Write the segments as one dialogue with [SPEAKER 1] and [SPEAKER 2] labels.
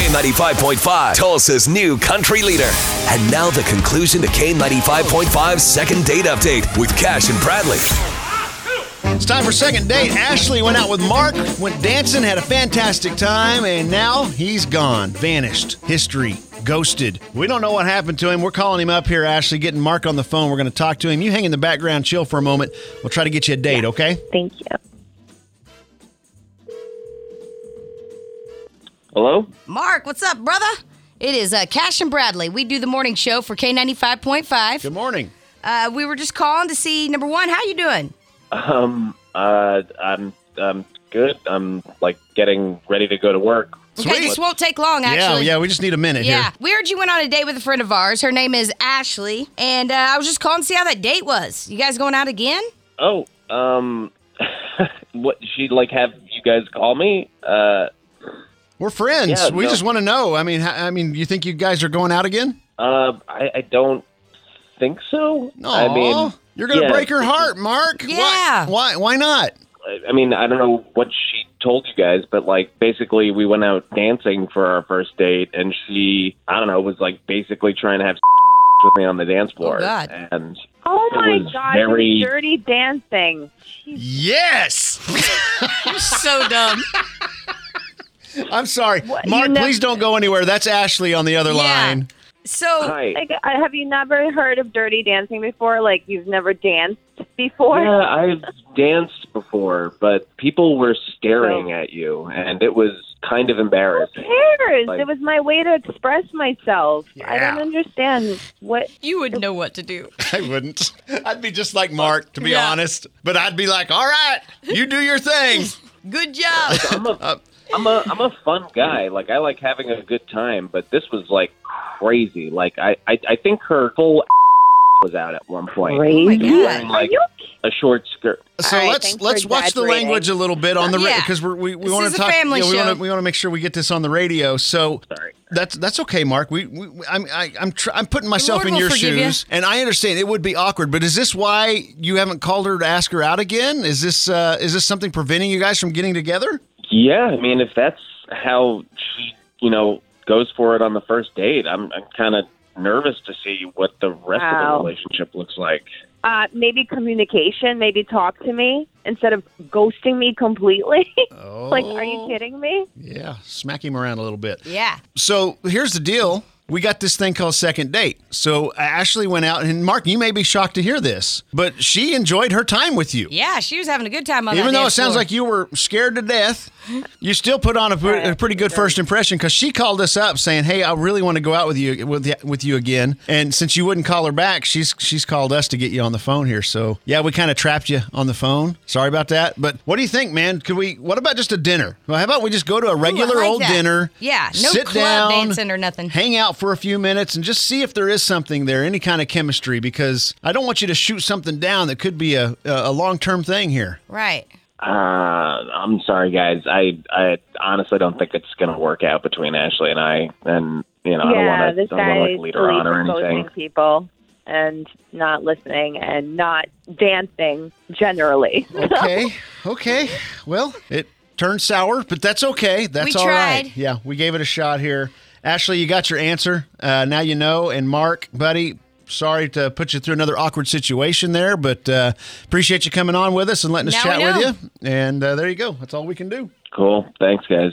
[SPEAKER 1] K95.5, Tulsa's new country leader. And now the conclusion to K95.5's second date update with Cash and Bradley.
[SPEAKER 2] It's time for second date. Ashley went out with Mark, went dancing, had a fantastic time, and now he's gone, vanished, history, ghosted. We don't know what happened to him. We're calling him up here, Ashley, getting Mark on the phone. We're going to talk to him. You hang in the background, chill for a moment. We'll try to get you a date, okay?
[SPEAKER 3] Thank you.
[SPEAKER 4] Hello?
[SPEAKER 5] Mark, what's up, brother? It is uh, Cash and Bradley. We do the morning show for K95.5.
[SPEAKER 2] Good morning.
[SPEAKER 5] Uh, we were just calling to see, number one, how you doing?
[SPEAKER 4] Um, uh, I'm, I'm good. I'm like getting ready to go to work.
[SPEAKER 5] Okay, this won't take long, actually.
[SPEAKER 2] Yeah, yeah, we just need a minute
[SPEAKER 5] Yeah,
[SPEAKER 2] here.
[SPEAKER 5] we heard you went on a date with a friend of ours. Her name is Ashley, and uh, I was just calling to see how that date was. You guys going out again?
[SPEAKER 4] Oh, um, what, she like have you guys call me? Uh,
[SPEAKER 2] We're friends.
[SPEAKER 4] Yeah,
[SPEAKER 2] we
[SPEAKER 4] no.
[SPEAKER 2] just want to know. I mean, ha- I mean, you think you guys are going out again?
[SPEAKER 4] uh, I, I don't think so.
[SPEAKER 2] No.
[SPEAKER 4] I mean,
[SPEAKER 2] you're going to
[SPEAKER 4] yeah,
[SPEAKER 2] break her heart, Mark. Why-
[SPEAKER 5] Yeah.
[SPEAKER 2] Why, why not?
[SPEAKER 4] I- I mean, I don't know what she told you guys, but like basically we went out dancing for our first date and she, I don't know, was like basically trying to have with me on the dance floor.
[SPEAKER 5] God.
[SPEAKER 4] And
[SPEAKER 3] Oh
[SPEAKER 4] It
[SPEAKER 3] my
[SPEAKER 4] was
[SPEAKER 3] God!
[SPEAKER 4] very-
[SPEAKER 3] this dirty dancing.
[SPEAKER 2] Yes.
[SPEAKER 5] You're so dumb.
[SPEAKER 2] I'm sorry.
[SPEAKER 3] What, you
[SPEAKER 2] Mark,
[SPEAKER 3] never-
[SPEAKER 2] please don't go anywhere. That's Ashley on the other
[SPEAKER 5] Yeah.
[SPEAKER 2] line.
[SPEAKER 5] So,
[SPEAKER 4] hi.
[SPEAKER 3] Like, I- have you never heard of dirty dancing before? Like you've never danced before?
[SPEAKER 4] Yeah, I've danced before, but people were staring at you, and it was kind of embarrassing.
[SPEAKER 3] Who cares?
[SPEAKER 4] Like-
[SPEAKER 3] it was my way to express myself. I
[SPEAKER 2] Yeah.
[SPEAKER 3] don't understand what.
[SPEAKER 5] you would know what to do.
[SPEAKER 2] I wouldn't. I'd be just like Mark, to be
[SPEAKER 5] Yeah.
[SPEAKER 2] honest. But I'd be like, all right, you do your thing.
[SPEAKER 5] Good job.
[SPEAKER 4] I'm a, I'm a, I'm a fun guy. Like I like having a good time, but this was like crazy. Like I, I, I think her full was out at one point.
[SPEAKER 5] Oh my
[SPEAKER 3] Crazy.
[SPEAKER 5] God.
[SPEAKER 3] Are
[SPEAKER 4] Like
[SPEAKER 3] you
[SPEAKER 4] a short skirt.
[SPEAKER 2] So
[SPEAKER 3] All right,
[SPEAKER 2] let's
[SPEAKER 3] thanks for
[SPEAKER 2] let's watch the
[SPEAKER 3] exaggerating.
[SPEAKER 2] language a little bit on the
[SPEAKER 5] Yeah.
[SPEAKER 2] because we we
[SPEAKER 5] This
[SPEAKER 2] want
[SPEAKER 5] is
[SPEAKER 2] to
[SPEAKER 5] a
[SPEAKER 2] talk.
[SPEAKER 5] family
[SPEAKER 2] yeah, we want
[SPEAKER 5] show.
[SPEAKER 2] to we want to make sure we get this on the radio. So
[SPEAKER 4] Sorry.
[SPEAKER 2] that's that's okay, Mark. We, we we- I'm I, I'm tr- I'm putting myself
[SPEAKER 5] Lord
[SPEAKER 2] in
[SPEAKER 5] will
[SPEAKER 2] your
[SPEAKER 5] forgive you.
[SPEAKER 2] shoes, and I understand it would be awkward. But is this why you haven't called her to ask her out again? Is this uh, is this something preventing you guys from getting together?
[SPEAKER 4] Yeah, I mean, if that's how she, you know, goes for it on the first date, I'm, I'm kind of nervous to see what the rest
[SPEAKER 3] Wow.
[SPEAKER 4] of the relationship looks like.
[SPEAKER 3] uh, maybe communication? Maybe talk to me instead of ghosting me completely.
[SPEAKER 2] Oh,
[SPEAKER 3] like, are you kidding me?
[SPEAKER 2] yeah, smack him around a little bit.
[SPEAKER 5] yeah.
[SPEAKER 2] So here's the deal. We got this thing called second date. So Ashley went out, and Mark, you may be shocked to hear this, but she enjoyed her time with you.
[SPEAKER 5] Yeah, she was having a good time on
[SPEAKER 2] Even
[SPEAKER 5] that
[SPEAKER 2] though it
[SPEAKER 5] dance
[SPEAKER 2] sounds
[SPEAKER 5] floor.
[SPEAKER 2] like you were scared to death, you still put on a, pre- a pretty good first impression because she called us up saying, "Hey, I really want to go out with you with, y- with you again." And since you wouldn't call her back, she's she's called us to get you on the phone here. So yeah, we kind of trapped you on the phone. Sorry about that. But what do you think, man? Could we? What about just a dinner? Well, how about we just go to a regular
[SPEAKER 5] like
[SPEAKER 2] old
[SPEAKER 5] that.
[SPEAKER 2] dinner?
[SPEAKER 5] Yeah, no
[SPEAKER 2] sit
[SPEAKER 5] club
[SPEAKER 2] down,
[SPEAKER 5] dancing or nothing.
[SPEAKER 2] Hang out for a few minutes and just see if there is something there, any kind of chemistry, because I don't want you to shoot something down that could be a a long term thing here.
[SPEAKER 5] Right.
[SPEAKER 4] Uh, I'm sorry, guys. I, I honestly don't think it's going to work out between Ashley and I. And, you know,
[SPEAKER 3] yeah,
[SPEAKER 4] I
[SPEAKER 3] this
[SPEAKER 4] don't want to
[SPEAKER 3] guy
[SPEAKER 4] like,
[SPEAKER 3] is
[SPEAKER 4] lead her on or
[SPEAKER 3] ghosting
[SPEAKER 4] anything.
[SPEAKER 3] people and not listening and not dancing generally.
[SPEAKER 2] Okay. Okay. Well, it turned sour, but that's okay. That's all right.
[SPEAKER 5] tried.
[SPEAKER 2] Yeah, we gave it a shot here. Ashley, you got your answer. Uh, now you know. And Mark, buddy, sorry to put you through another awkward situation there, but uh, appreciate you coming on with us and letting us
[SPEAKER 5] Now
[SPEAKER 2] chat
[SPEAKER 5] we
[SPEAKER 2] with
[SPEAKER 5] know.
[SPEAKER 2] you. And uh, there you go. That's all we can do.
[SPEAKER 4] Cool. Thanks, guys.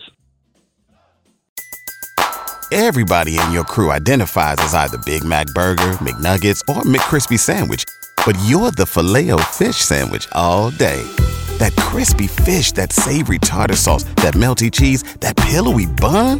[SPEAKER 6] Everybody in your crew identifies as either Big Mac Burger, McNuggets, or McCrispy Sandwich. But you're the filet fish Sandwich all day. That crispy fish, that savory tartar sauce, that melty cheese, that pillowy bun.